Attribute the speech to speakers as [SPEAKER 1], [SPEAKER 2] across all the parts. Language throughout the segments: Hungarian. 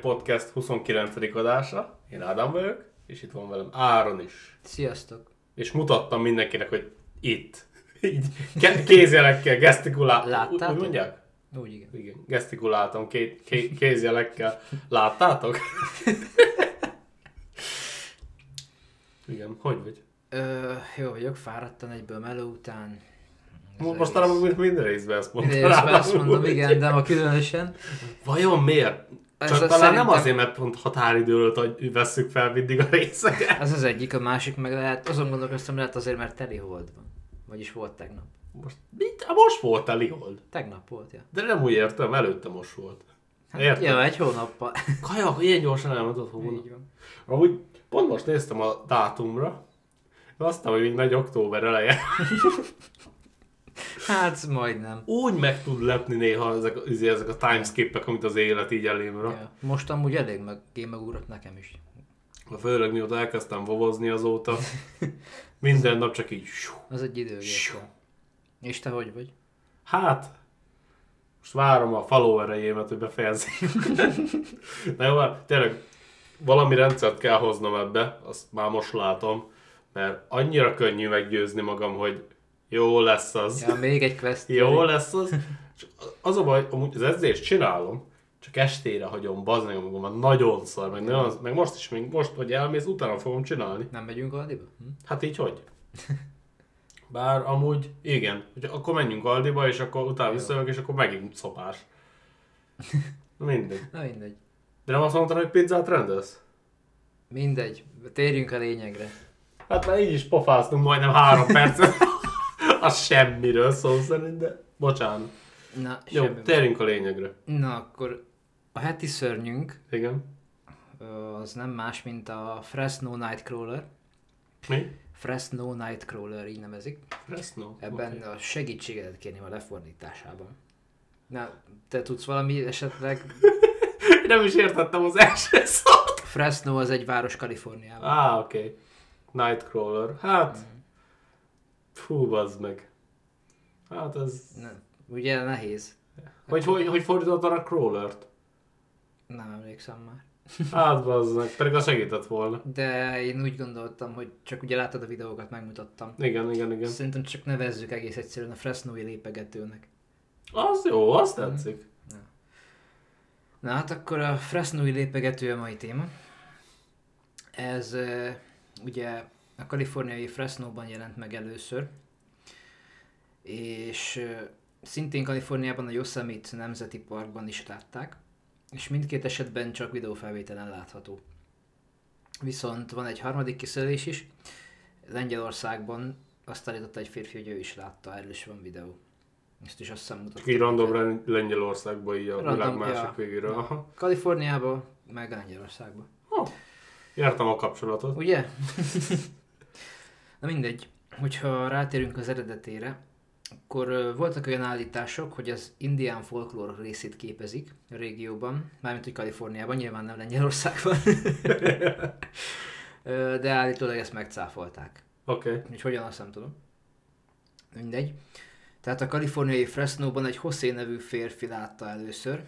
[SPEAKER 1] Podcast 29. adása. Én Ádám vagyok, és itt van velem Áron is.
[SPEAKER 2] Sziasztok!
[SPEAKER 1] És mutattam mindenkinek, hogy itt. Így ke- kézjelekkel, gesztikuláltam.
[SPEAKER 2] Láttátok?
[SPEAKER 1] Úgy mondják?
[SPEAKER 2] Úgy igen.
[SPEAKER 1] Igen, gesztikuláltam két ké- kézjelekkel. Láttátok? Igen, hogy vagy?
[SPEAKER 2] Ö, jó vagyok, fáradtan egyből meló után. Ez
[SPEAKER 1] Mo- Most
[SPEAKER 2] egész-
[SPEAKER 1] arra most minden részben ezt mondtam.
[SPEAKER 2] Idén is már azt
[SPEAKER 1] ráadásul.
[SPEAKER 2] mondom, igen, de ma különösen.
[SPEAKER 1] Vajon miért?
[SPEAKER 2] Ez
[SPEAKER 1] Csak
[SPEAKER 2] a-
[SPEAKER 1] talán szerintem... nem
[SPEAKER 2] szerintem-
[SPEAKER 1] azért, mert pont határidőről hogy vesszük fel mindig a részeket.
[SPEAKER 2] Ez az egyik, a másik meg lehet, azon gondolkoztam, lehet azért, mert teli hold van. Vagyis volt tegnap.
[SPEAKER 1] Most, mit? Á, most volt a Lihold.
[SPEAKER 2] Tegnap volt, ja.
[SPEAKER 1] De nem úgy értem, előtte most volt.
[SPEAKER 2] Hát,
[SPEAKER 1] Értem.
[SPEAKER 2] Ja, egy hónappal.
[SPEAKER 1] Kaja, akkor ilyen gyorsan elmentett volna.
[SPEAKER 2] Így van.
[SPEAKER 1] Amúgy pont most néztem a dátumra, de aztán, hogy még nagy október eleje.
[SPEAKER 2] Hát, majdnem.
[SPEAKER 1] Úgy meg tud lepni néha ezek, izé, ezek a timeskipek, amit az élet így elém rak.
[SPEAKER 2] Ja. Most amúgy elég meg gémegugrott nekem is.
[SPEAKER 1] Yeah. Főleg mióta elkezdtem vovozni azóta, minden nap csak így... sjú,
[SPEAKER 2] Az egy időgép.
[SPEAKER 1] sjú.
[SPEAKER 2] És te hogy vagy?
[SPEAKER 1] Hát, most várom a followerejémet, hogy befejezzék. Na jó, hát tényleg valami rendszert kell hoznom ebbe, azt már most látom, mert annyira könnyű meggyőzni magam, hogy jó lesz az.
[SPEAKER 2] Ja, még egy quest.
[SPEAKER 1] Jó lesz az. Csak az a baj, amúgy az edzést csinálom, csak estére hagyom, bazd meg, amikor már nagyon szar, meg, nagyon, meg most is, még most, hogy elmész, utána fogom csinálni.
[SPEAKER 2] Nem megyünk Aldiba? Hm?
[SPEAKER 1] Hát így hogy? Bár amúgy, igen, hogy akkor menjünk Aldiba, és akkor utána visszajövök, és akkor megint szopás. Na Mindegy.
[SPEAKER 2] Na mindegy.
[SPEAKER 1] De nem azt mondtad, hogy pizzát rendelsz?
[SPEAKER 2] Mindegy. Térjünk a lényegre.
[SPEAKER 1] Hát már így is pofáztunk majdnem három percet. az semmiről szó szerint, de bocsánat.
[SPEAKER 2] Na,
[SPEAKER 1] Jó,
[SPEAKER 2] semmi.
[SPEAKER 1] térjünk a lényegre.
[SPEAKER 2] Na akkor a heti szörnyünk
[SPEAKER 1] Igen.
[SPEAKER 2] ö, az nem más, mint a Fresno Nightcrawler.
[SPEAKER 1] Mi?
[SPEAKER 2] Fresno Nightcrawler így nevezik.
[SPEAKER 1] Fresno.
[SPEAKER 2] Ebben
[SPEAKER 1] Oké.
[SPEAKER 2] a segítségedet kérném a lefordításában. Na, te tudsz valami esetleg?
[SPEAKER 1] Nem is értettem az első szót.
[SPEAKER 2] Fresno az egy város Kaliforniában.
[SPEAKER 1] Á, oké. Okay. Nightcrawler. Hát... Fú, bazd meg. Hát ez...
[SPEAKER 2] Na, ugye nehéz?
[SPEAKER 1] Vagy Hát hogy, hogy fordítottad a crawlert?
[SPEAKER 2] Nem emlékszem már.
[SPEAKER 1] Hát bazd meg, pedig az segített volna.
[SPEAKER 2] De én úgy gondoltam, hogy csak ugye láttad a videókat, megmutattam.
[SPEAKER 1] Igen, igen, igen.
[SPEAKER 2] Szerintem csak nevezzük egész egyszerűen a Fresnoi lépegetőnek.
[SPEAKER 1] Az jó, azt tetszik.
[SPEAKER 2] Na hát akkor a Fresnoi lépegető a mai téma. Ez ö, ugye a kaliforniai Fresnóban jelent meg először, és ö, szintén Kaliforniában a Yosemite Nemzeti Parkban is látták, és mindkét esetben csak videófelvételen látható. Viszont van egy harmadik kiszerelés is, Lengyelországban azt állította egy férfi, hogy ő is látta, erről is van videó. Ezt is azt hiszem
[SPEAKER 1] Csak
[SPEAKER 2] mutatták.
[SPEAKER 1] így random Len- Lengyelországba, így a
[SPEAKER 2] Random,
[SPEAKER 1] világ másik
[SPEAKER 2] ja.
[SPEAKER 1] végéről. Aha.
[SPEAKER 2] Kaliforniába, meg Lengyelországba.
[SPEAKER 1] Oh. Jártam a kapcsolatot.
[SPEAKER 2] Ugye? Na mindegy, hogyha rátérünk az eredetére, akkor ö, voltak olyan állítások, hogy az indián folklór részét képezik a régióban, mármint hogy Kaliforniában, nyilván nem Lengyelországban. Ö, De állítólag ezt megcáfolták.
[SPEAKER 1] Oké.
[SPEAKER 2] Hogy hogyan, azt nem tudom. Mindegy. Tehát a kaliforniai Fresnóban egy José nevű férfi látta először,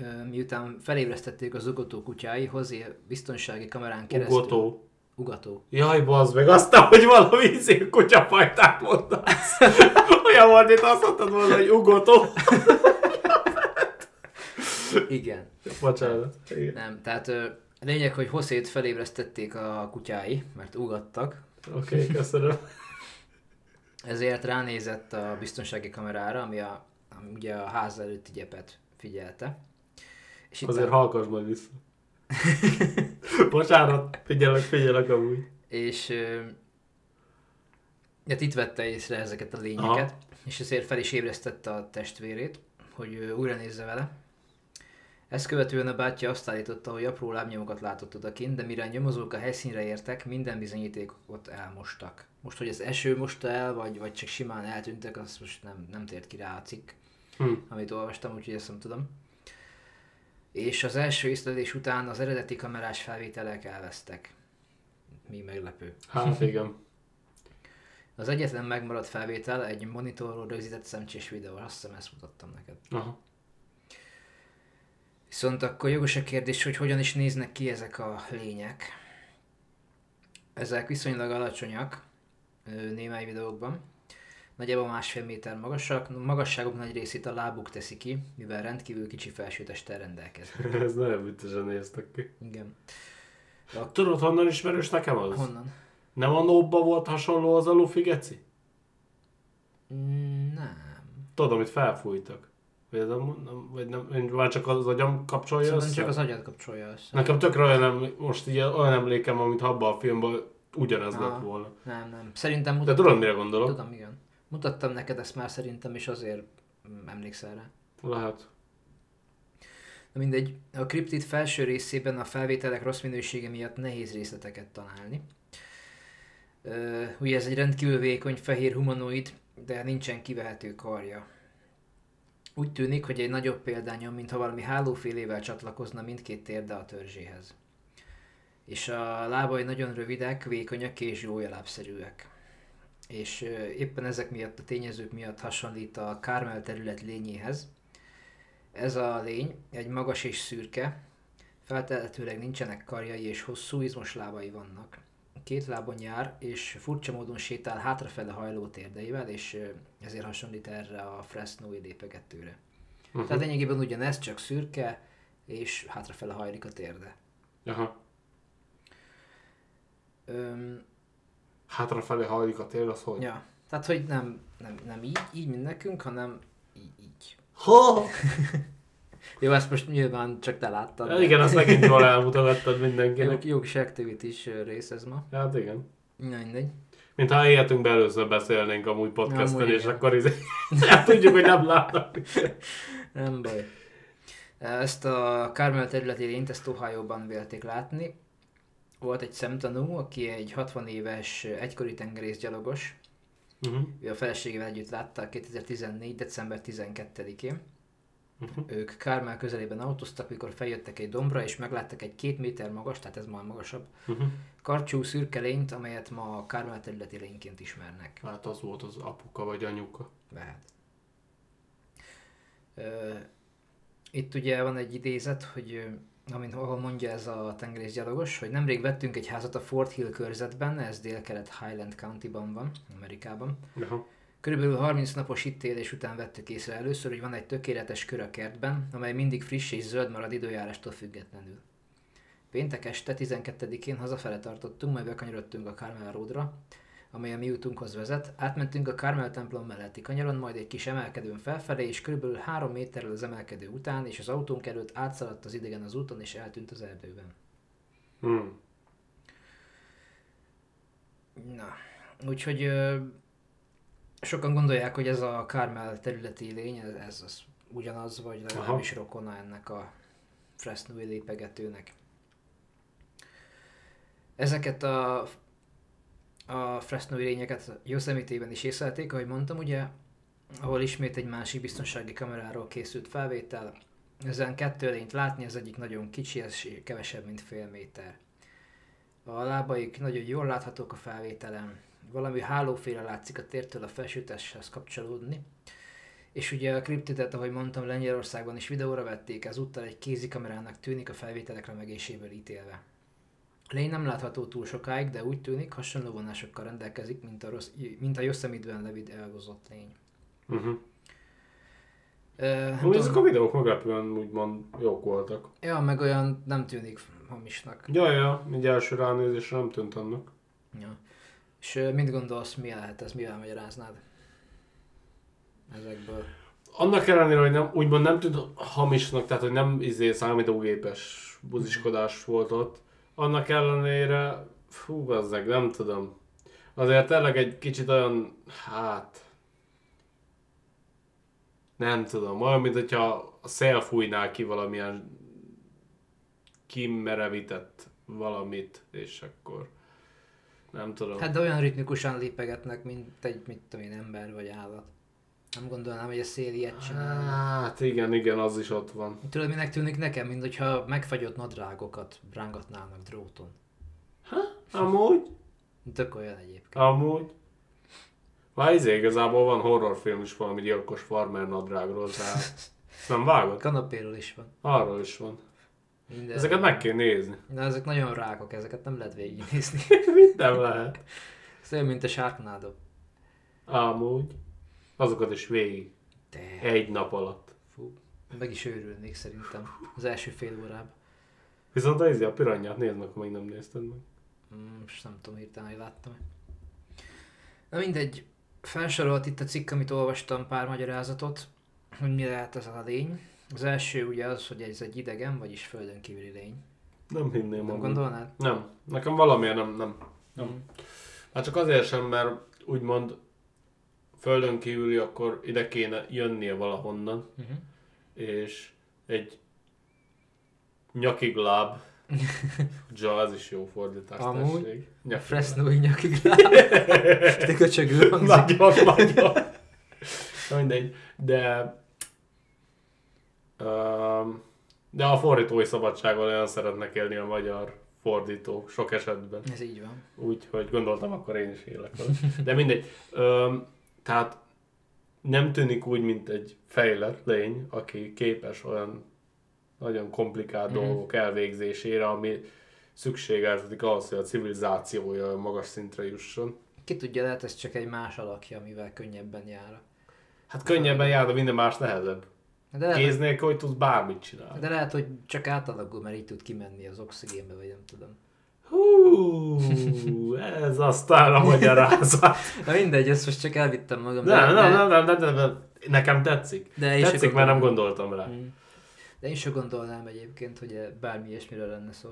[SPEAKER 2] Ö, miután felébresztették az ugató kutyái, José biztonsági kamerán keresztül...
[SPEAKER 1] Ugotó.
[SPEAKER 2] Ugató.
[SPEAKER 1] Jaj, bazd meg, aztán, hogy valami izé kutyafajtát mondasz. Olyan volt, mint azt mondtad volna, hogy ugotó.
[SPEAKER 2] Igen.
[SPEAKER 1] Bocsánat. Igen.
[SPEAKER 2] Nem, tehát ö, lényeg, hogy Hoszét felébresztették a kutyái, mert ugattak,
[SPEAKER 1] Oké, okay, köszönöm.
[SPEAKER 2] ezért ránézett a biztonsági kamerára, ami, a, ami ugye a ház előtti gyepet figyelte. És itt
[SPEAKER 1] Azért hallgass majd vissza. Bocsánat, figyelek, figyelek amúgy.
[SPEAKER 2] és ö, hát itt vette észre ezeket a lényeket, Aha. és ezért fel is ébresztette a testvérét, hogy ö, újra nézze vele. Ezt követően a bátyja azt állította, hogy apró lábnyomokat látott odakint, de mire a nyomozók a helyszínre értek, minden bizonyítékot elmostak. Most, hogy az eső mosta el, vagy, vagy csak simán eltűntek, azt most nem, nem tért ki rá a cikk,
[SPEAKER 1] Hm.
[SPEAKER 2] amit olvastam, úgyhogy ezt nem tudom. És az első észlelés után az eredeti kamerás felvételek elvesztek. Mi meglepő.
[SPEAKER 1] Hát igen.
[SPEAKER 2] Az egyetlen megmaradt felvétel egy monitorról rögzített szemcsés videó, azt hiszem ezt mutattam neked.
[SPEAKER 1] Aha.
[SPEAKER 2] Viszont akkor jogos a kérdés, hogy hogyan is néznek ki ezek a lények. Ezek viszonylag alacsonyak ö, némely videókban. Nagyjából másfél méter magasak, magasságok nagy részét a lábuk teszi ki, mivel rendkívül kicsi felsőtesttel rendelkeznek.
[SPEAKER 1] Ez nagyon viccesen néztek ki.
[SPEAKER 2] Igen.
[SPEAKER 1] Tudod, honnan ismerős nekem az?
[SPEAKER 2] Honnan?
[SPEAKER 1] Nem a nóbba volt hasonló az a Luffy geci?
[SPEAKER 2] Mm, Nem.
[SPEAKER 1] Tudod, amit felfújtak. Vagy nem, nem, vagy nem én már csak az agyam kapcsolja
[SPEAKER 2] Szerintem
[SPEAKER 1] össze?
[SPEAKER 2] csak az agyad kapcsolja össze.
[SPEAKER 1] Nekem tökre olyan, emlé- most így olyan emlékem, amit abban a filmben ugyanez
[SPEAKER 2] Aha.
[SPEAKER 1] lett volna.
[SPEAKER 2] Nem, nem. Szerintem
[SPEAKER 1] De
[SPEAKER 2] mutat...
[SPEAKER 1] tudod, mire gondolok?
[SPEAKER 2] Tudom, igen. Mutattam neked ezt már szerintem, és azért mm, emlékszel rá.
[SPEAKER 1] Lehet.
[SPEAKER 2] Na mindegy, a kriptid felső részében a felvételek rossz minősége miatt nehéz részleteket találni. Ö, ugye ez egy rendkívül vékony fehér humanoid, de nincsen kivehető karja. Úgy tűnik, hogy egy nagyobb példányon, mintha valami hálófélével csatlakozna mindkét térde a törzséhez. És a lábai nagyon rövidek, vékonyak és jójalábszerűek. És ö, éppen ezek miatt, a tényezők miatt hasonlít a Kármel terület lényéhez, ez a lény egy magas és szürke, feltehetőleg nincsenek karjai és hosszú izmos lábai vannak. Két lábon jár, és furcsa módon sétál hátrafele hajló térdeivel, és ö, ezért hasonlít erre a Fresnoi lépegetőre. Uh-huh. Tehát lényegében ugyanez, csak szürke, és hátrafele hajlik a térde.
[SPEAKER 1] Aha.
[SPEAKER 2] Öm,
[SPEAKER 1] Hátrafelé hajlik a tél, az hogy?
[SPEAKER 2] ja. Tehát, hogy nem, nem, nem így, így, mint nekünk, hanem í- így.
[SPEAKER 1] Ha!
[SPEAKER 2] Jó, ezt most nyilván csak te láttad. de-
[SPEAKER 1] Igen, azt megint jól elmutogattad
[SPEAKER 2] Jó,
[SPEAKER 1] mindenkinek.
[SPEAKER 2] jó kis activities ö, rész ez ma.
[SPEAKER 1] Hát igen.
[SPEAKER 2] Na, mindegy.
[SPEAKER 1] Mintha életünkben először beszélnénk amúgy podcasten,
[SPEAKER 2] Amúgy
[SPEAKER 1] és
[SPEAKER 2] igen.
[SPEAKER 1] akkor izé... hát tudjuk, hogy nem látnak.
[SPEAKER 2] Nem baj. Ezt a Carmel területi lényt ezt Ohio-ban vélték látni. Volt egy szemtanú, aki egy 60 éves egykori tengerészgyalogos.
[SPEAKER 1] Uh-huh.
[SPEAKER 2] Ő a feleségével együtt látta 2014. december 12-én.
[SPEAKER 1] Mhm.
[SPEAKER 2] Ők Carmel közelében autóztak, mikor feljöttek egy dombra, és megláttak egy két méter magas, tehát ez már magasabb,
[SPEAKER 1] Uh-huh.
[SPEAKER 2] karcsú szürke lényt, amelyet ma a Carmel területi lényként ismernek.
[SPEAKER 1] Hát az volt az apuka vagy anyuka.
[SPEAKER 2] Lehet. Ö, Itt ugye van egy idézet, hogy ö, amin ahol mondja ez a tengerészgyalogos, hogy nemrég vettünk egy házat a Fort Hill körzetben, ez délkelet Highland Countyban van, Amerikában.
[SPEAKER 1] Aha.
[SPEAKER 2] Körülbelül 30 napos itt élés után vettük észre először, hogy van egy tökéletes kör a kertben, amely mindig friss és zöld marad időjárástól függetlenül. Péntek este 12-én hazafele tartottunk, majd bekanyarodtunk a Carmel Roadra, amely a mi útunkhoz vezet. Átmentünk a Carmel templom melletti kanyaron, majd egy kis emelkedőn felfelé, és körülbelül 3 méterrel az emelkedő után, és az autónk előtt átszaladt az idegen az úton, és eltűnt az erdőben.
[SPEAKER 1] Hmm.
[SPEAKER 2] Na, úgyhogy ö, sokan gondolják, hogy ez a Kármel területi lény, ez, ez az ugyanaz, vagy legalábbis rokona ennek a Fresnoi lépegetőnek. Ezeket a, a Fresnoi lényeket Yosemite-ben is észlelték, ahogy mondtam, ugye, ahol ismét egy másik biztonsági kameráról készült felvétel. Ezen kettő lényt látni, az egyik nagyon kicsi, ez kevesebb, mint fél méter. A lábaik nagyon jól láthatók a felvételen. Valami hálóféle látszik a tértől a felsőtesthez kapcsolódni. És ugye a kriptitet, ahogy mondtam, Lengyelországban is videóra vették, ezúttal egy kézikamerának tűnik a felvételek remegéséből ítélve. A lény nem látható túl sokáig, de úgy tűnik, hasonló vonásokkal rendelkezik, mint a, rossz, mint a Yosemite-ben levid elhozott lény.
[SPEAKER 1] Uh-huh.
[SPEAKER 2] Ö, nem
[SPEAKER 1] Amúgy
[SPEAKER 2] tudom-
[SPEAKER 1] ezek a videók meglepően úgymond jók voltak.
[SPEAKER 2] Ja, meg olyan nem tűnik hamisnak.
[SPEAKER 1] Ja, ja, egy első ránézésre nem tűnt annak.
[SPEAKER 2] Ja. És ö, mit gondolsz, mi lehet ez, mivel magyaráznád? Ezekből.
[SPEAKER 1] Annak ellenére, hogy nem, úgymond nem tűnt hamisnak, tehát hogy nem izé számítógépes buziskodás volt ott, annak ellenére, fú, gazdeg, nem tudom. Azért tényleg egy kicsit olyan, hát... Nem tudom, olyan, mint hogyha a szél fújná ki valamilyen kimerevített valamit, és akkor nem tudom.
[SPEAKER 2] Hát de olyan ritmikusan lépegetnek, mint egy, mit tudom én, ember vagy állat. Nem gondolnám, hogy a szél ilyet csinál.
[SPEAKER 1] Hát igen, igen, az is ott van.
[SPEAKER 2] Tudod, minek tűnik nekem, mint hogyha megfagyott nadrágokat rángatnának dróton.
[SPEAKER 1] Amúgy?
[SPEAKER 2] Tök olyan egyébként.
[SPEAKER 1] Amúgy. Már izé, igazából van horrorfilm is valami gyilkos farmer nadrágról, tehát Ezt nem vágod?
[SPEAKER 2] Kanapéról is van.
[SPEAKER 1] Arról is van.
[SPEAKER 2] Minden.
[SPEAKER 1] Ezeket meg kell nézni.
[SPEAKER 2] Na, ezek nagyon rákok, ezeket nem lehet végignézni.
[SPEAKER 1] Minden lehet.
[SPEAKER 2] Ez olyan, mint a sárknádó.
[SPEAKER 1] Amúgy. Azokat is végig.
[SPEAKER 2] De,
[SPEAKER 1] Egy nap alatt.
[SPEAKER 2] fú, meg is őrülnék szerintem az első fél órában.
[SPEAKER 1] Viszont az izi a piranját nézd meg, ha még nem nézted meg.
[SPEAKER 2] Mm, Most nem tudom hirtelen, hogy láttam-e. Na mindegy, felsorolt itt a cikk, amit olvastam, pár magyarázatot, hogy mi lehet ez a lény. Az első ugye az, hogy ez egy idegen, vagyis földön kívüli lény.
[SPEAKER 1] Nem hinném
[SPEAKER 2] Nem
[SPEAKER 1] magam.
[SPEAKER 2] gondolnád?
[SPEAKER 1] Nem. Nekem valamiért nem, nem. nem. Hát csak azért sem, mert úgymond földön kívüli, akkor ide kéne jönnie valahonnan,
[SPEAKER 2] Uh-huh.
[SPEAKER 1] és egy nyakig láb, Ja, ez is jó fordítás,
[SPEAKER 2] Amúgy.
[SPEAKER 1] tessék.
[SPEAKER 2] A
[SPEAKER 1] Nyakig
[SPEAKER 2] Fresno így nyakig láb. De köcsögül hangzik.
[SPEAKER 1] Nagyon, nagyon. Na mindegy, de... Um, de a fordítói szabadságon olyan szeretnek élni a magyar fordítók sok esetben.
[SPEAKER 2] Ez így van.
[SPEAKER 1] Úgyhogy gondoltam, akkor én is élek vele. De mindegy. Öm, tehát nem tűnik úgy, mint egy fejlett lény, aki képes olyan nagyon komplikált
[SPEAKER 2] Mhm.
[SPEAKER 1] dolgok elvégzésére, ami szükségeltetik ahhoz, hogy a civilizációja olyan magas szintre jusson.
[SPEAKER 2] Ki tudja, lehet ez csak egy más alakja, amivel könnyebben jár.
[SPEAKER 1] Hát könnyebben jár, de minden más nehezebb.
[SPEAKER 2] De lehet,
[SPEAKER 1] Kéz nélkül, hogy tudsz bármit csinálni.
[SPEAKER 2] de lehet, hogy csak átalakul, mert így tud kimenni az oxigénbe, vagy nem tudom.
[SPEAKER 1] Hú, ez aztán a magyarázat.
[SPEAKER 2] Na mindegy, ezt most csak elvittem magam. de-
[SPEAKER 1] Nem,
[SPEAKER 2] de-
[SPEAKER 1] nem, nem, nem, nem, nem, nem. Nekem tetszik.
[SPEAKER 2] De én se
[SPEAKER 1] Tetszik, mert nem gondoltam rá.
[SPEAKER 2] Mm. De én sem gondolnám egyébként, hogy bármi ilyesmiről lenne szó.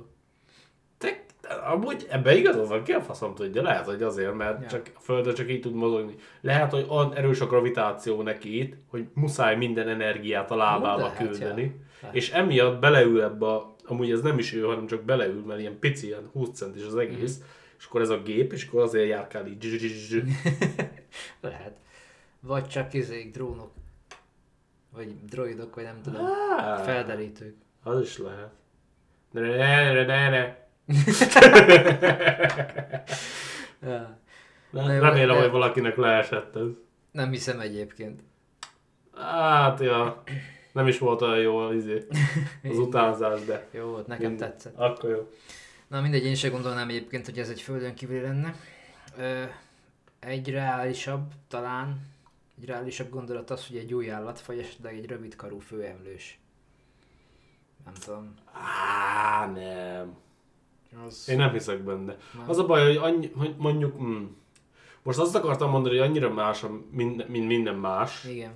[SPEAKER 1] Te, amúgy ebbe igazad van, ki a faszom tudja, lehet, hogy azért, mert
[SPEAKER 2] Ja.
[SPEAKER 1] ja. csak a Földön csak így tud mozogni. Lehet, hogy olyan erős a gravitáció neki itt, hogy muszáj minden energiát a lábába
[SPEAKER 2] Lehet, hát ja.
[SPEAKER 1] küldeni.
[SPEAKER 2] Lehet.
[SPEAKER 1] És emiatt beleül ebbe a, amúgy ez nem is ő, hanem csak beleül, mert ilyen pici, ilyen 20 centis az egész,
[SPEAKER 2] Mhm.
[SPEAKER 1] és akkor ez a gép, és akkor azért járkál így. zsuzsuzsuzs.
[SPEAKER 2] Lehet. Vagy csak izék, drónok. Vagy droidok, vagy nem tudom.
[SPEAKER 1] Á,
[SPEAKER 2] Felderítők.
[SPEAKER 1] Az is lehet. Ne, ne, ne, ne, ne.
[SPEAKER 2] Ja. Na jó,
[SPEAKER 1] Remélem,
[SPEAKER 2] de-
[SPEAKER 1] hogy valakinek leesett ez.
[SPEAKER 2] Nem hiszem egyébként.
[SPEAKER 1] Hát, ja. Nem is volt olyan jó az, izé, az utánzás, de...
[SPEAKER 2] Jó volt, nekem
[SPEAKER 1] Mindegy.
[SPEAKER 2] tetszett.
[SPEAKER 1] Akkor jó.
[SPEAKER 2] Na mindegy, én se gondolnám egyébként, hogy ez egy földön kívül lenne. Ö, egy reálisabb, talán, egy reálisabb gondolat az, hogy egy új állatfaj, esetleg egy rövidkarú főemlős. Nem tudom.
[SPEAKER 1] Á, nem.
[SPEAKER 2] Az...
[SPEAKER 1] Én nem hiszek benne.
[SPEAKER 2] Nem.
[SPEAKER 1] Az a baj, hogy, annyi, hogy mondjuk... Mm, most azt akartam mondani, hogy annyira más, a minden, mint minden más,
[SPEAKER 2] Igen.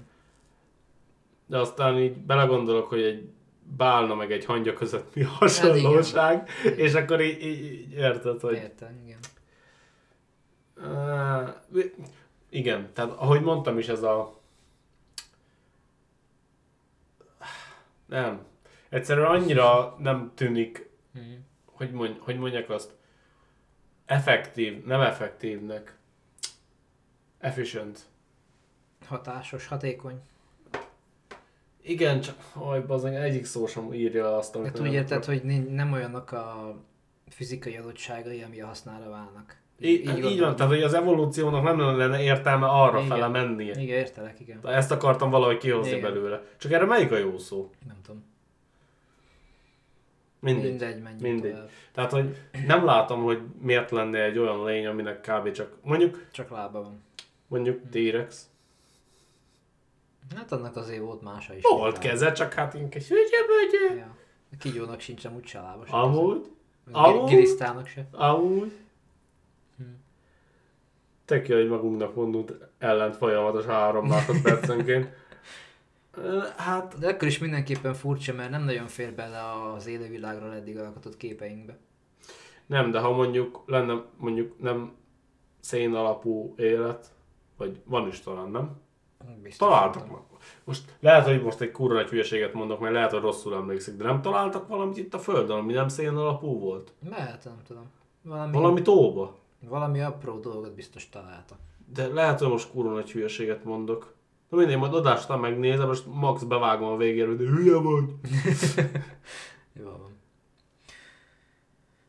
[SPEAKER 1] de aztán így belegondolok, hogy egy bálna meg egy hangya között mi a hasonlóság,
[SPEAKER 2] Hát igen.
[SPEAKER 1] és akkor így, így, így érted, hogy...
[SPEAKER 2] Értem, igen.
[SPEAKER 1] Á, mi- igen, tehát ahogy mondtam is, ez a... Nem. Egyszerűen annyira nem tűnik,
[SPEAKER 2] Mhm.
[SPEAKER 1] hogy, mondj, hogy mondjak azt, effektív, nem effektívnek. Efficient.
[SPEAKER 2] Hatásos, hatékony.
[SPEAKER 1] Igen, csak, oj, bazeg, egyik szó sem írja azt, amit
[SPEAKER 2] Hát úgy érted, hogy ni- nem olyanok a fizikai adottságai, ami a hasznára válnak.
[SPEAKER 1] Így, így, hát így
[SPEAKER 2] gondolom.
[SPEAKER 1] van, tehát hogy az evolúciónak nem lenne értelme arra
[SPEAKER 2] Igen.
[SPEAKER 1] fele mennie.
[SPEAKER 2] Igen, értelek, igen.
[SPEAKER 1] Ezt akartam valahogy kihozni
[SPEAKER 2] Igen.
[SPEAKER 1] belőle. Csak erre melyik a jó szó?
[SPEAKER 2] Nem tudom.
[SPEAKER 1] Mindegy.
[SPEAKER 2] Mindegy, menjünk
[SPEAKER 1] Mindegy.
[SPEAKER 2] tovább.
[SPEAKER 1] Tehát, hogy nem látom, hogy miért lenne egy olyan lény, aminek kb. csak mondjuk,
[SPEAKER 2] Csak lába van.
[SPEAKER 1] mondjuk T-rex.
[SPEAKER 2] Hát annak azért volt mása is.
[SPEAKER 1] Volt
[SPEAKER 2] mint a-
[SPEAKER 1] keze, csak hát ilyen kis hügyebögye.
[SPEAKER 2] Ja. A Kigyónak sincsen úgy se lába sem.
[SPEAKER 1] Amúgy, amúgy.
[SPEAKER 2] Amúgy? Gilisztának se.
[SPEAKER 1] amúgy.
[SPEAKER 2] Hm.
[SPEAKER 1] Tök jó, hogy magunknak mondunk ellent folyamatos három másodpercenként. Ö, Hát,
[SPEAKER 2] De akkor is mindenképpen furcsa, mert nem nagyon fér bele az élővilágról eddig alkotott képeinkbe.
[SPEAKER 1] nem, de ha mondjuk lenne mondjuk nem szén alapú élet, vagy van is talán, nem?
[SPEAKER 2] Biztos
[SPEAKER 1] Találtak
[SPEAKER 2] nem
[SPEAKER 1] már. Most lehet, hogy most egy kurva nagy hülyeséget mondok, mert lehet, hogy rosszul emlékszik, de nem találtak valamit itt a Földön, ami nem szén alapú volt?
[SPEAKER 2] tudom. Lehet, nem tudom. Valami, valami...
[SPEAKER 1] Valami tóba?
[SPEAKER 2] valami apró dolgot biztos találtak.
[SPEAKER 1] De lehet, hogy most kurva nagy hülyeséget mondok. Na mindegy, majd adástán megnézem, most max bevágom a végére, hogy de hülye vagy.
[SPEAKER 2] Jó van.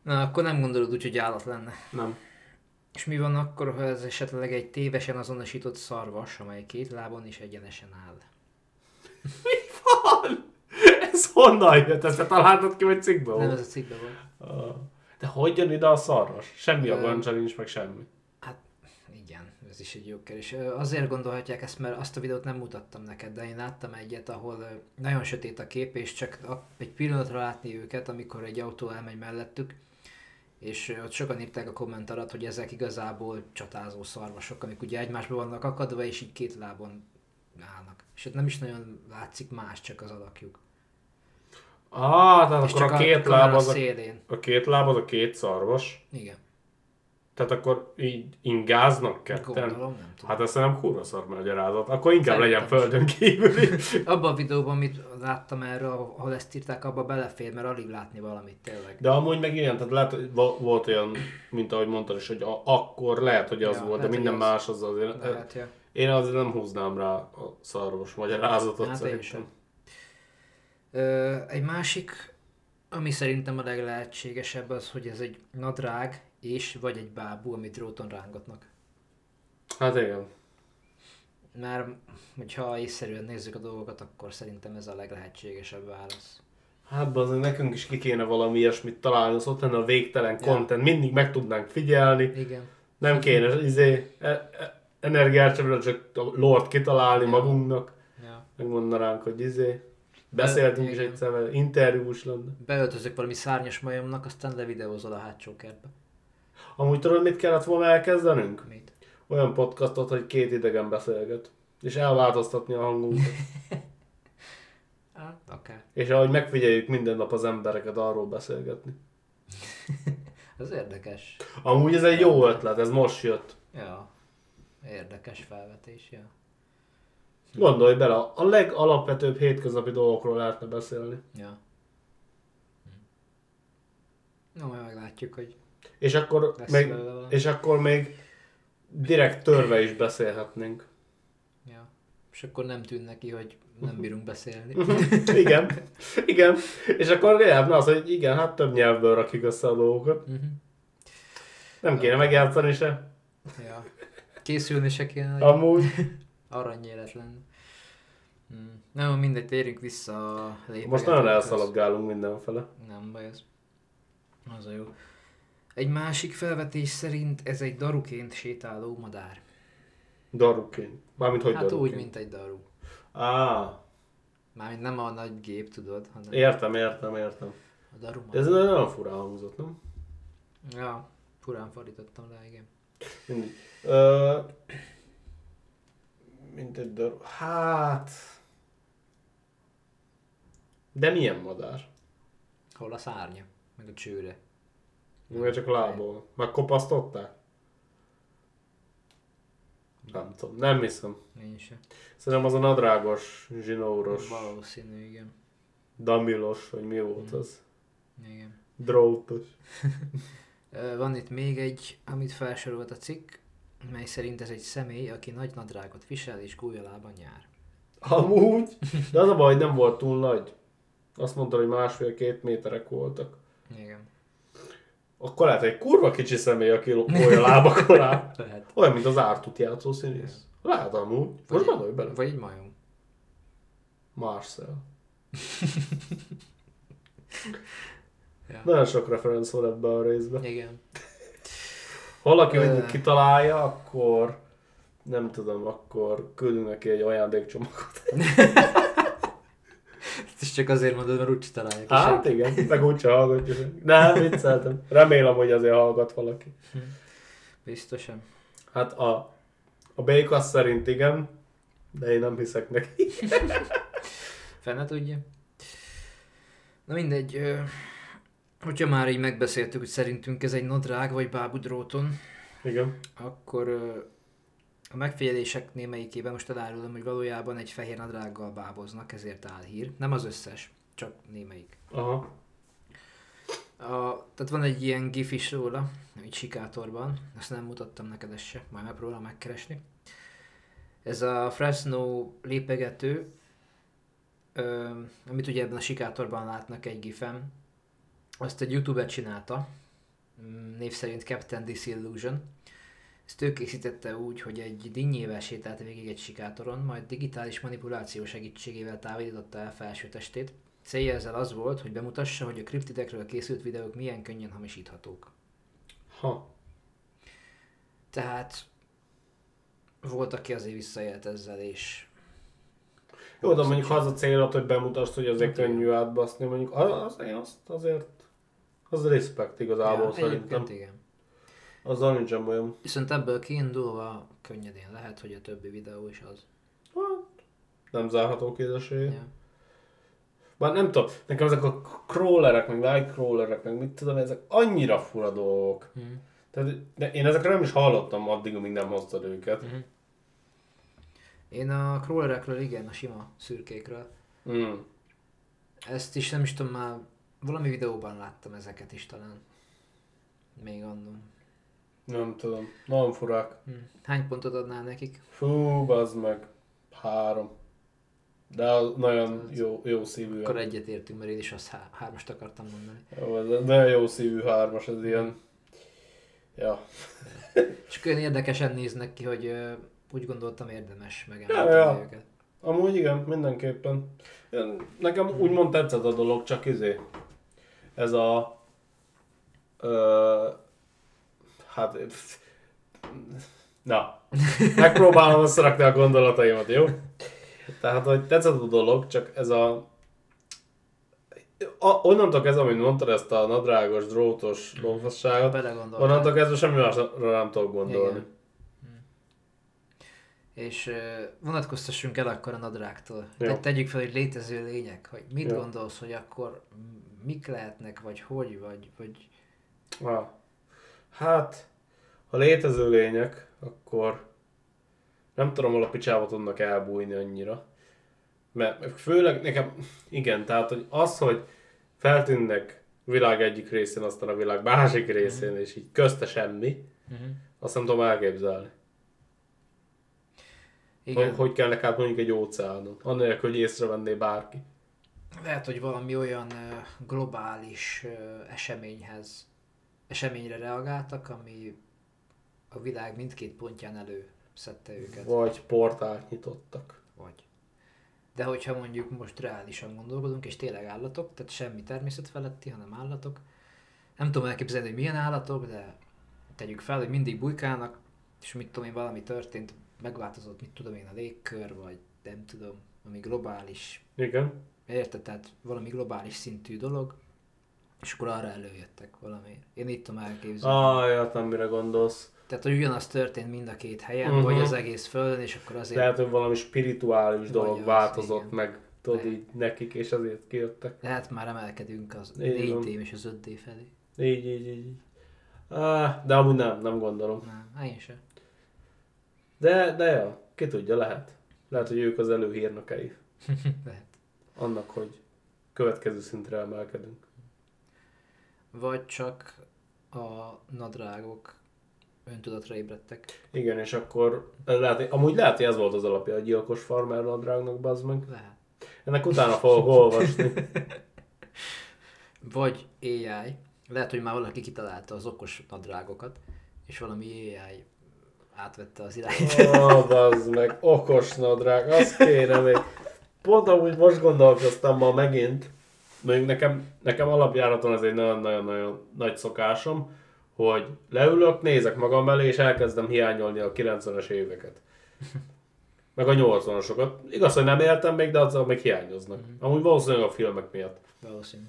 [SPEAKER 2] Na, akkor nem gondolod úgy, hogy állat lenne.
[SPEAKER 1] Nem.
[SPEAKER 2] És mi van akkor, ha ez esetleg egy tévesen azonosított szarvas, amely két lábon is egyenesen áll?
[SPEAKER 1] Mi van? honnan jött? Ezt te találtad ki, vagy cikkben
[SPEAKER 2] Nem
[SPEAKER 1] volt?
[SPEAKER 2] ez a cikkben volt.
[SPEAKER 1] Ah. De hogy jön ide a szarvas? Semmi a
[SPEAKER 2] Ö,
[SPEAKER 1] gancsa nincs, meg semmi.
[SPEAKER 2] Hát igen, ez is egy jó kérdés. Ö, Azért gondolhatják ezt, mert azt a videót nem mutattam neked, de én láttam egyet, ahol ö, nagyon sötét a kép, és csak a- egy pillanatra látni őket, amikor egy autó elmegy mellettük, és ö, ott sokan írták a komment alatt, hogy ezek igazából csatázó szarvasok, amik ugye egymásba vannak akadva, és így két lábon állnak. És ott nem is nagyon látszik más, csak az alakjuk.
[SPEAKER 1] Ah, tehát
[SPEAKER 2] és
[SPEAKER 1] akkor
[SPEAKER 2] csak
[SPEAKER 1] a két
[SPEAKER 2] kamera
[SPEAKER 1] láb az a,
[SPEAKER 2] szélén.
[SPEAKER 1] a két láb az a két szarvas.
[SPEAKER 2] Igen,
[SPEAKER 1] Tehát akkor így ingáznak ketten.
[SPEAKER 2] gondolom, nem tudom.
[SPEAKER 1] Hát ezt nem kurva szar magyarázat. Akkor inkább legyen
[SPEAKER 2] Szerintem
[SPEAKER 1] földön kívüli.
[SPEAKER 2] Abban a videóban, amit láttam erről, ahol ezt írták, abba belefér, mert alig látni valamit tényleg.
[SPEAKER 1] De amúgy meg igen, tehát lehet, hogy vo- volt olyan, mint ahogy mondtad is, hogy a, akkor lehet, hogy az
[SPEAKER 2] Ja,
[SPEAKER 1] ja, volt, de
[SPEAKER 2] lehet,
[SPEAKER 1] minden
[SPEAKER 2] hogy az.
[SPEAKER 1] más az azért.
[SPEAKER 2] De hát, ja.
[SPEAKER 1] Én azért nem húznám rá a szarvas magyarázatot
[SPEAKER 2] Hát én sem.
[SPEAKER 1] szerintem.
[SPEAKER 2] Ö, egy másik, ami szerintem a leglehetségesebb az, hogy ez egy nadrág és vagy egy bábú, amit dróton rángatnak.
[SPEAKER 1] Hát igen.
[SPEAKER 2] Mert hogyha észszerűen nézzük a dolgokat, akkor szerintem ez a leglehetségesebb válasz.
[SPEAKER 1] Hát azért nekünk is ki kéne valami ilyesmit találni, az ott lenne a végtelen
[SPEAKER 2] Ja.
[SPEAKER 1] content, mindig meg tudnánk figyelni,
[SPEAKER 2] Igen.
[SPEAKER 1] nem kéne izé, e, e, energiát sem, csak a lord kitalálni
[SPEAKER 2] Ja.
[SPEAKER 1] magunknak,
[SPEAKER 2] Ja.
[SPEAKER 1] megmondna ránk, hogy izé, beszéltünk is
[SPEAKER 2] igen.
[SPEAKER 1] egyszer, vele, interjús lenne.
[SPEAKER 2] Beöltözök valami szárnyas majomnak, aztán levideózol a hátsó kertbe.
[SPEAKER 1] Amúgy tudod, mit kellett volna elkezdenünk?
[SPEAKER 2] Mit?
[SPEAKER 1] olyan podcastot, hogy két idegen beszélget, és elváltoztatni a hangunkat.
[SPEAKER 2] Hát, akár.
[SPEAKER 1] és ahogy megfigyeljük minden nap az embereket, arról beszélgetni.
[SPEAKER 2] Az érdekes.
[SPEAKER 1] Amúgy ez egy jó ötlet, ez most jött.
[SPEAKER 2] Ja. Érdekes felvetés, ja.
[SPEAKER 1] Gondolj bele, a legalapvetőbb hétköznapi dolgokról lehetne beszélni.
[SPEAKER 2] Ja. Na, majd meglátjuk, hogy
[SPEAKER 1] És akkor,
[SPEAKER 2] lesz
[SPEAKER 1] még,
[SPEAKER 2] belőle valami.
[SPEAKER 1] és akkor még direkt törve is beszélhetnénk.
[SPEAKER 2] Ja. És akkor nem tűn neki, hogy nem bírunk beszélni.
[SPEAKER 1] igen, igen. És akkor lehetne az, hogy igen, hát több nyelvből rakjuk össze a dolgokat.
[SPEAKER 2] Mhm.
[SPEAKER 1] Nem kéne megjátszani se.
[SPEAKER 2] ja. Készülni se kéne, hogy
[SPEAKER 1] Amúgy.
[SPEAKER 2] aranyélet lenne. Mm. Nem, mindegy, térjünk vissza a
[SPEAKER 1] Most
[SPEAKER 2] lépegetőkhöz.
[SPEAKER 1] nagyon elszaladgálunk mindenfele.
[SPEAKER 2] Nem baj ez. Az a jó. Egy másik felvetés szerint ez egy daruként sétáló madár.
[SPEAKER 1] Daruként. Mármint hogy
[SPEAKER 2] hát
[SPEAKER 1] daruként.
[SPEAKER 2] úgy, mint egy daru.
[SPEAKER 1] Á,
[SPEAKER 2] Mármint nem a nagy gép, tudod, hanem
[SPEAKER 1] értem, értem, értem.
[SPEAKER 2] a daru
[SPEAKER 1] De
[SPEAKER 2] madár.
[SPEAKER 1] ez nagyon furán hangzott, nem?
[SPEAKER 2] Ja, furán fordítottam le, igen.
[SPEAKER 1] Mindig. Ö, mint egy dar... Hát... De milyen madár?
[SPEAKER 2] Hol a szárnya, meg a csőre.
[SPEAKER 1] Ugye csak lából. Megkopasztották? Nem tudom, nem hiszem.
[SPEAKER 2] Nincs se.
[SPEAKER 1] Szerintem az a nadrágos, zsinóros,
[SPEAKER 2] Valószínű, igen.
[SPEAKER 1] damilos, vagy mi volt az?
[SPEAKER 2] igen.
[SPEAKER 1] Drótos.
[SPEAKER 2] Ö, Van itt még egy, amit felsorolt a cikk, mely szerint ez egy személy, aki nagy nadrágot visel és gúlyalában jár.
[SPEAKER 1] Amúgy, de az a baj, hogy nem volt túl nagy. Azt mondta, hogy másfél-két méterek voltak.
[SPEAKER 2] Igen.
[SPEAKER 1] Akkor lehet egy kurva kicsi személy, aki olyan lábakon áll.
[SPEAKER 2] Lehet.
[SPEAKER 1] Olyan, mint az ártut játszó színész. Lehet amúgy. Most gondolj bele.
[SPEAKER 2] Vagy egy majom.
[SPEAKER 1] Marcel.
[SPEAKER 2] Ja.
[SPEAKER 1] Nagyon sok referenc van ebben a részben.
[SPEAKER 2] Igen.
[SPEAKER 1] Ha valaki
[SPEAKER 2] Ö.
[SPEAKER 1] mindent kitalálja, akkor nem tudom, akkor küldünk neki egy ajándékcsomagot.
[SPEAKER 2] Ezt is csak azért mondod, mert úgy találják.
[SPEAKER 1] Hát igen, meg úgyse hallgatja. senki. Nem, vicceltem. Remélem, hogy azért hallgat valaki.
[SPEAKER 2] Biztosan.
[SPEAKER 1] Hát a, a Békasz szerint igen, de én nem hiszek neki.
[SPEAKER 2] Fene tudja. Na mindegy, ö, hogyha már így megbeszéltük, hogy szerintünk ez egy nadrág vagy bábudróton,
[SPEAKER 1] Igen.
[SPEAKER 2] Akkor ö, a megfigyelések némelyikében most elárulom, hogy valójában egy fehér nadrággal báboznak, ezért álhír. Nem az összes, csak némelyik.
[SPEAKER 1] Aha.
[SPEAKER 2] A, tehát van egy ilyen gif is róla, egy sikátorban, azt nem mutattam neked ezt se, majd megpróbálom megkeresni. Ez a Fresno lépegető, ö, amit ugye ebben a sikátorban látnak egy gifem, azt egy youtuber csinálta, mm, név szerint Captain Disillusion. Ezt ő készítette úgy, hogy egy dinnyével sétált végig egy sikátoron, majd digitális manipuláció segítségével távolította el felső testét, Célja ezzel az volt, hogy bemutassa, hogy a kriptidekről készült videók milyen könnyen hamisíthatók.
[SPEAKER 1] Ha.
[SPEAKER 2] Tehát volt, aki azért visszaélt ezzel, és
[SPEAKER 1] Jó, de mondjuk ha az a célod, hogy bemutasd, hogy azért
[SPEAKER 2] Hát
[SPEAKER 1] könnyű átbaszni, mondjuk a- az, én azt azért, az respekt igazából ja, szerintem.
[SPEAKER 2] egyébként igen.
[SPEAKER 1] Azzal nincsen bajom.
[SPEAKER 2] Viszont ebből kiindulva könnyedén lehet, hogy a többi videó is az.
[SPEAKER 1] Hát, Nem zárható ki ez a sér.
[SPEAKER 2] Ja.
[SPEAKER 1] Bár nem tudom, nekem ezek a crawlerek, meg light crawlerek, meg mit tudom, ezek annyira fura dolgok.
[SPEAKER 2] Mhm.
[SPEAKER 1] Tehát, de én ezekről nem is hallottam addig, amíg nem hoztad őket.
[SPEAKER 2] Mhm. Én a crawlerekről igen, a sima szürkékről.
[SPEAKER 1] Mm.
[SPEAKER 2] Ezt is nem is tudom már, valami videóban láttam ezeket is talán. Még annó.
[SPEAKER 1] Nem tudom, nagyon furák.
[SPEAKER 2] Hm. Hány pontot adnál nekik?
[SPEAKER 1] Fú, az meg. Három. De az nagyon jó, jó szívű.
[SPEAKER 2] Hát. Akkor egyetértünk, mert én is azt há- hármast akartam mondani.
[SPEAKER 1] Jó, ez egy nagyon jó szívű hármas, ez ilyen... Ja.
[SPEAKER 2] És olyan érdekesen néznek ki, hogy ö, úgy gondoltam érdemes
[SPEAKER 1] Ja,
[SPEAKER 2] megemlíteni
[SPEAKER 1] ja.
[SPEAKER 2] őket.
[SPEAKER 1] Amúgy igen, mindenképpen. Ilyen- Nekem úgymond tetszett a dolog, csak izé. Ez a... Ö, hát... pff, Na, megpróbálom összerakni a gondolataimat, jó? Tehát, hogy tetszett a dolog, csak ez a... a onnantól kezdve, amit mondtad ezt a nadrágos, drótos dolgosságot,
[SPEAKER 2] Belegondoltam.
[SPEAKER 1] onnantól kezdve semmi másra nem tudok gondolni.
[SPEAKER 2] Igen. És ö, vonatkoztassunk el akkor a nadrágtól.
[SPEAKER 1] Jó.
[SPEAKER 2] Te, tegyük fel, hogy létező lények, hogy mit
[SPEAKER 1] Jó.
[SPEAKER 2] gondolsz, hogy akkor m- mik lehetnek, vagy hogy, vagy, vagy
[SPEAKER 1] Ah. Hát, ha létező lények, akkor nem tudom, hol a picsába tudnak elbújni annyira. Mert főleg nekem, igen, tehát hogy az, hogy feltűnnek a világ egyik részén, aztán a világ másik részén, és így közte semmi, azt nem tudom elképzelni.
[SPEAKER 2] igen,
[SPEAKER 1] Hogy, hogy kellnek át mondjuk egy óceánon, annélkül, hogy észrevenné bárki.
[SPEAKER 2] lehet, hogy valami olyan ö, globális ö, eseményhez, eseményre reagáltak, ami a világ mindkét pontján elő szedte őket,
[SPEAKER 1] Vagy portált nyitottak.
[SPEAKER 2] vagy. De hogyha mondjuk most reálisan gondolkodunk, és tényleg állatok, tehát semmi természet feletti, hanem állatok, nem tudom elképzelni, hogy milyen állatok, de tegyük fel, hogy mindig bujkálnak, és mit tudom én, valami történt, megváltozott, mit tudom én, a légkör, vagy nem tudom, ami globális,
[SPEAKER 1] Igen.
[SPEAKER 2] érted, tehát valami globális szintű dolog, és akkor arra előjöttek valami. Én itt tudom elképzelni. Ah.
[SPEAKER 1] Ah, értem, mire gondolsz.
[SPEAKER 2] Tehát, hogy ugyanaz történt mind a két helyen,
[SPEAKER 1] Mhm.
[SPEAKER 2] uh-huh. vagy az egész földön, és akkor azért
[SPEAKER 1] Lehet, hogy valami spirituális dolog
[SPEAKER 2] az,
[SPEAKER 1] változott
[SPEAKER 2] igen.
[SPEAKER 1] meg, tudod
[SPEAKER 2] Lehet.
[SPEAKER 1] így nekik, és ezért kijöttek.
[SPEAKER 2] lehet már emelkedünk az
[SPEAKER 1] Így van.
[SPEAKER 2] 4D és az 5D felé.
[SPEAKER 1] Így, így, így. így. Ah, de amúgy nem, nem gondolom.
[SPEAKER 2] Nem, hát én sem.
[SPEAKER 1] De, de ja, ki tudja, lehet. Lehet, hogy ők az előhírnökei
[SPEAKER 2] Lehet.
[SPEAKER 1] annak, hogy következő szintre emelkedünk.
[SPEAKER 2] Vagy csak a nadrágok öntudatra ébredtek.
[SPEAKER 1] Igen, és akkor lehet, hogy- amúgy lehet, hogy ez volt az alapja a gyilkos farmer nadrágnak, bazd meg.
[SPEAKER 2] Lehet.
[SPEAKER 1] Ennek utána fogok olvasni.
[SPEAKER 2] Vagy AI. Lehet, hogy már valaki kitalálta az okos nadrágokat, és valami AI átvette az irányt.
[SPEAKER 1] Ó, bazd meg, okos nadrág, azt kéne még. Pont amúgy most gondolkoztam ma megint, mondjuk nekem, nekem alapjáraton ez egy nagyon-nagyon-nagyon nagy szokásom, hogy leülök, nézek magam elé, és elkezdem hiányolni a 90-es éveket. Meg a 80-asokat. Igaz, hogy nem éltem még, de azzal még hiányoznak. Amúgy valószínűleg a filmek miatt.
[SPEAKER 2] Valószínű.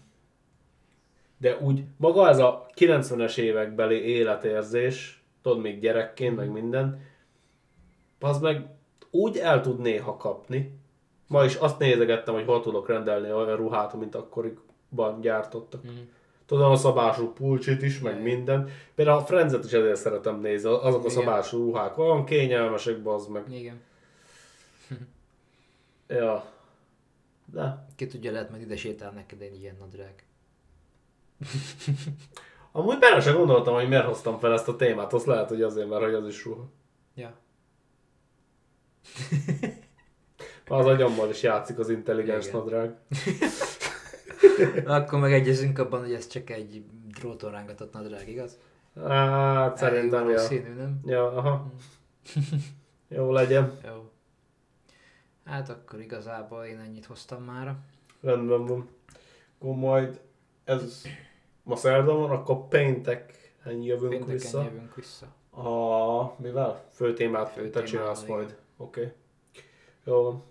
[SPEAKER 1] De úgy maga ez a 90-es évekbeli életérzés, tudod, még gyerekként, meg minden, az meg úgy el tud néha kapni. Ma is azt nézegettem, hogy hol tudok rendelni olyan ruhát, amit akkoriban gyártottak.
[SPEAKER 2] Mhm.
[SPEAKER 1] Tudom, a szabású pulcsit is, meg
[SPEAKER 2] Igen.
[SPEAKER 1] minden. Például a Frenzet is ezért szeretem nézni, azok a
[SPEAKER 2] Igen.
[SPEAKER 1] szabású ruhák. Olyan kényelmesek, bazd meg.
[SPEAKER 2] Igen.
[SPEAKER 1] Ja. De.
[SPEAKER 2] Ki tudja, lehet majd ide sétál neked egy ilyen nadrág.
[SPEAKER 1] Amúgy bele sem gondoltam, hogy miért hoztam fel ezt a témát. Azt lehet, hogy azért, mert hogy az is ruha.
[SPEAKER 2] Ja.
[SPEAKER 1] Az agyammal is játszik az intelligens
[SPEAKER 2] Igen.
[SPEAKER 1] nadrág.
[SPEAKER 2] Akkor megegyezünk abban, hogy ez csak egy dróton rángatott nadrág, igaz?
[SPEAKER 1] Hát szerintem
[SPEAKER 2] Elég
[SPEAKER 1] ja.
[SPEAKER 2] valószínű, Mm. nem?
[SPEAKER 1] Ja, aha. Jó legyen.
[SPEAKER 2] Jó. Hát akkor igazából én ennyit hoztam mára.
[SPEAKER 1] Rendben van. Akkor majd ez ma szerda van, akkor pénteken jövünk
[SPEAKER 2] Pénteken
[SPEAKER 1] vissza.
[SPEAKER 2] jövünk vissza.
[SPEAKER 1] A, mivel? Főtémát te
[SPEAKER 2] Főtémával,
[SPEAKER 1] csinálsz
[SPEAKER 2] igen.
[SPEAKER 1] majd. Oké. Okay. Jó van.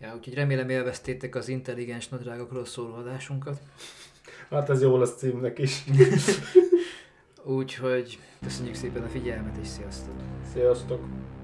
[SPEAKER 2] Ja, úgyhogy remélem élveztétek az intelligens nadrágokról szóló adásunkat.
[SPEAKER 1] Hát ez jó lesz címnek is.
[SPEAKER 2] Úgyhogy köszönjük szépen a figyelmet és sziasztok!
[SPEAKER 1] Sziasztok!